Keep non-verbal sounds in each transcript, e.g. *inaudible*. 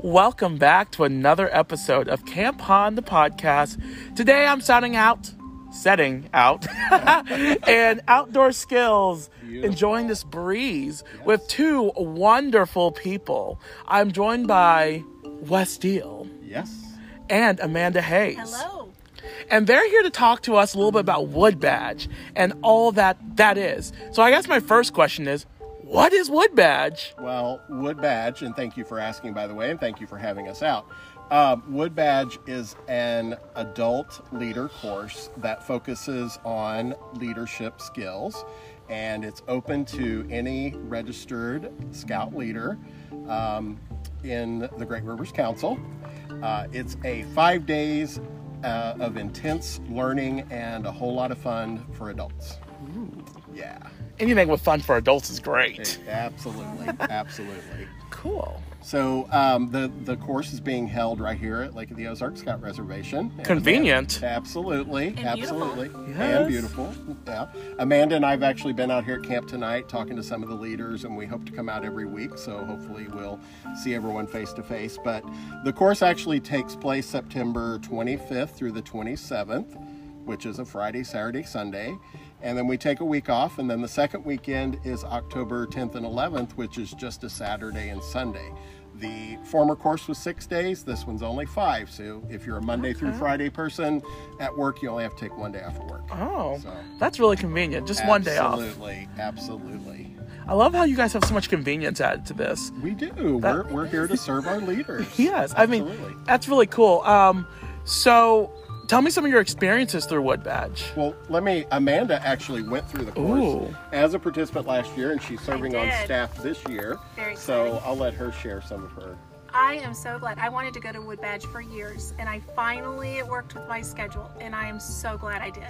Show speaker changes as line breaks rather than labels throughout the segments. Welcome back to another episode of Camp Han, the podcast. Today I'm sounding out, setting out, *laughs* and outdoor skills, enjoying this breeze with two wonderful people. I'm joined by Wes Deal
Yes.
and Amanda Hayes.
Hello.
And they're here to talk to us a little bit about Wood Badge and all that that is. So I guess my first question is, what is Wood Badge?
Well, Wood Badge, and thank you for asking, by the way, and thank you for having us out. Um, Wood Badge is an adult leader course that focuses on leadership skills, and it's open to any registered scout leader um, in the Great Rivers Council. Uh, it's a five days uh, of intense learning and a whole lot of fun for adults. Yeah,
Anything with fun for adults is great.
absolutely, absolutely.
Cool.
So um, the the course is being held right here at Lake of the Ozarks Scout Reservation. And
Convenient.
Amanda- absolutely,
beautiful.
absolutely,
Yes.
and beautiful. Yeah, Amanda and I have actually been out here at camp tonight talking to some of the leaders, and we hope to come out every week. So hopefully we'll see everyone face to face. But the course actually takes place September 25th through the 27th, which is a Friday, Saturday, Sunday. And then we take a week off, and then the second weekend is October 10th and 11th, which is just a Saturday and Sunday. The former course was six days, this one's only five. So if you're a Monday through Friday person at work, you only have to take one day off of work.
Oh,
So-
that's really convenient. Just one day off.
Absolutely, absolutely.
I love how you guys have so much convenience added to this.
We do. we're, we're here to serve our leaders.
*laughs* Yes, I mean,
Absolutely.
that's really cool. Um, so tell me some of your experiences through Wood Badge.
Well, let me. Amanda actually went through the course
Ooh.
as a participant last year, and she's serving on
did.
staff this year.
Very
so
exciting.
I'll let her share some of her.
I am so glad. I wanted to go to Wood Badge for years, and I finally it worked with my schedule, and I am so glad I did.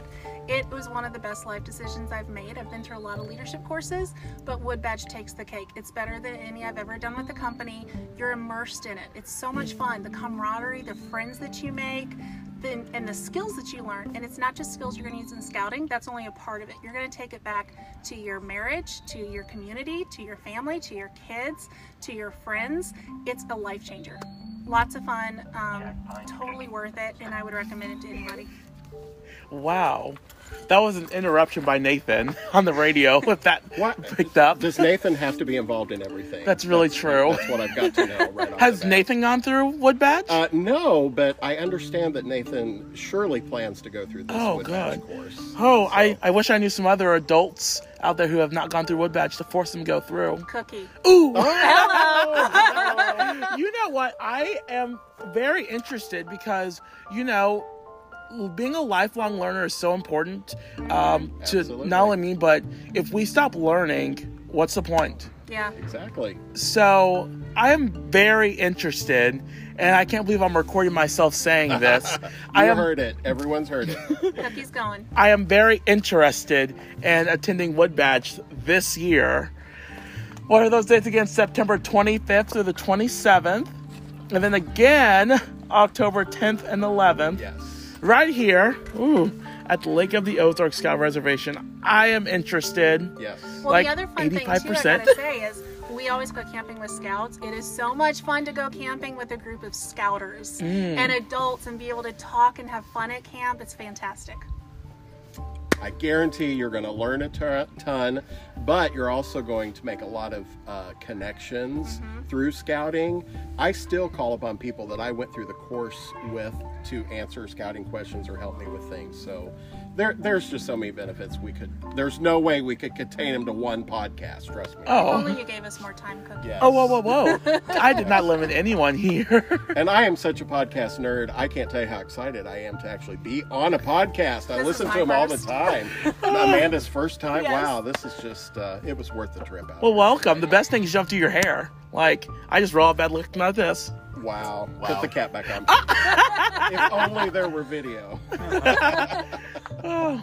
It was one of the best life decisions I've made. I've been through a lot of leadership courses, but Wood Badge takes the cake. It's better than any I've ever done with the company. You're immersed in it. It's so much fun. The camaraderie, the friends that you make, the, and the skills that you learn. And it's not just skills you're going to use in scouting, that's only a part of it. You're going to take it back to your marriage, to your community, to your family, to your kids, to your friends. It's a life changer. Lots of fun, um, totally worth it, and I would recommend it to anybody.
Wow. That was an interruption by Nathan *laughs* on the radio if that
*laughs* What
picked up.
does Nathan have to be involved in everything?
That's really true.
That's what I've got to know. Right off
*laughs* Has
the bat.
Nathan gone through Wood Badge?
Uh, no, but I understand that Nathan surely plans to go through this
Oh,
Wood Badge
good.
course.
oh, I,
So-
I wish I knew some other adults out there who have not gone through Wood Badge to force them to go through.
Cookie.
Ooh!
*laughs*
*laughs*
Hello.
you know what? I am very interested because, you know, being a lifelong learner is so important um, to
Absolutely.
not only me, but if we stop learning, what's the point?
Yeah.
exactly.
So I am very interested, and I can't believe I'm recording myself saying this.
*laughs* You
I am,
heard it. Everyone's heard it. *laughs*
Cookie's going.
I am very interested in attending Wood Badge this year. What are those dates again? September 25th through the 27th, and then again October 10th and 11th,
yes.
right here ooh, at the Lake of the Ozark Scout Reservation. I am interested.
Yes.
Well,
Like
the other fun thing too, I
85%.
gotta say is we always go camping with scouts. It is so much fun to go camping with a group of scouters
Mm.
and adults and be able to talk and have fun at camp. It's fantastic.
I guarantee you're going to learn a tur- ton, but you're also going to make a lot of uh, connections through scouting. I still call upon people that I went through the course with to answer scouting questions or help me with things. So there, there's just so many benefits we could. There's no way we could contain them to one podcast. Trust me.
Oh.
Only you gave us more time, Cookie.
Yes.
Oh, whoa, whoa, whoa. I did not limit anyone here. *laughs*
And I am such a podcast nerd. I can't tell you how excited I am to actually be on a podcast. I
This
listen
is
to
my
them all the
first. *laughs*
time. Amanda's first time.
Yes.
Wow, this is just, uh, it was worth the trip out.
Well, welcome. The best thing is you don't do your hair. Like, I just roll out of bed looking at this.
Wow.
Wow.
Put the cat back on.
*laughs*
if only there were video.
Oh,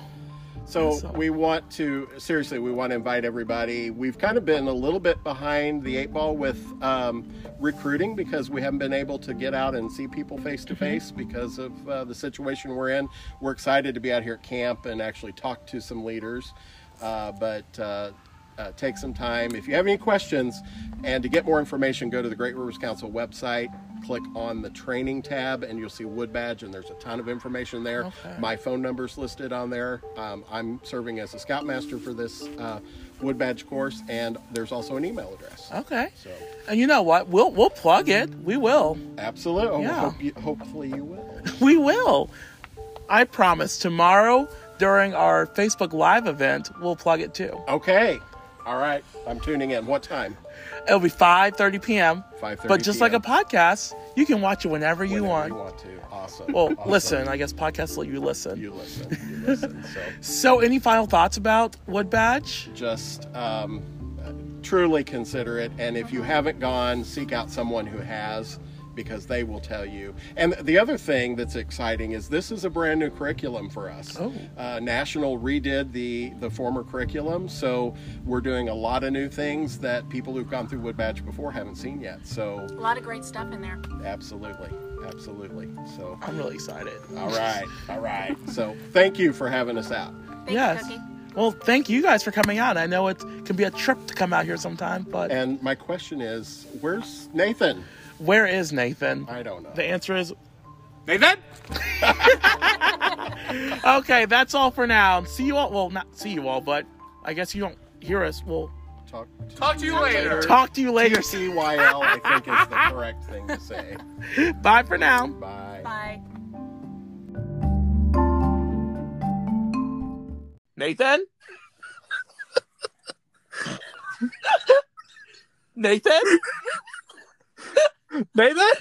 So
Awesome.
we want to seriously, we want to invite everybody. We've kind of been a little bit behind the eight ball with um, recruiting because we haven't been able to get out and see people face to face because of uh, the situation we're in. We're excited to be out here at camp and actually talk to some leaders, uh, but. Uh, Uh, take some time. If you have any questions, and to get more information, go to the Great Rivers Council website, click on the training tab, and you'll see Wood Badge, and there's a ton of information there. My phone number's listed on there. Um, I'm serving as a scoutmaster for this uh, Wood Badge course, and there's also an email address.
Okay.
So,
And you know what? We'll we'll plug it. We will.
absolutely.
Yeah.
Hope you, hopefully, you will.
We will. I promise. Tomorrow during our Facebook Live event, we'll plug it too.
Okay. All right. I'm tuning in. What time?
It'll be 5:30 p.m.
5:30
But just like a
p.m..
podcast, you can watch it whenever you want.
Whenever You want to. Awesome.
Well,
Awesome.
listen. I guess podcasts let you listen.
You listen. You listen. So.
So, any final thoughts about Wood Badge?
just um, truly consider it. And if you haven't gone, seek out someone who has because they will tell you. And the other thing that's exciting is this is a brand new curriculum for us.
Oh.
Uh, National redid the the former curriculum, so we're doing a lot of new things that people who've gone through Wood Badge before haven't seen yet. So
A lot of great stuff in there.
absolutely, absolutely. So
I'm really excited.
all right, all right. So thank you for having us out.
Thank
yes.
you, Cookie.
well, thank you guys for coming out. I know it can be a trip to come out here sometime, but
And my question is, where's Nathan?
where is Nathan?
I don't know.
The answer is
Nathan?
*laughs* okay. That's all for now. See you all. Well, not see you all, but I guess you don't hear us. We'll
Talk to
Talk to you later.
talk to you later.
CYL, I think, is the correct thing to
*laughs*
say.
Bye for now.
Bye.
Bye.
Nathan? Nathan?
Nathan?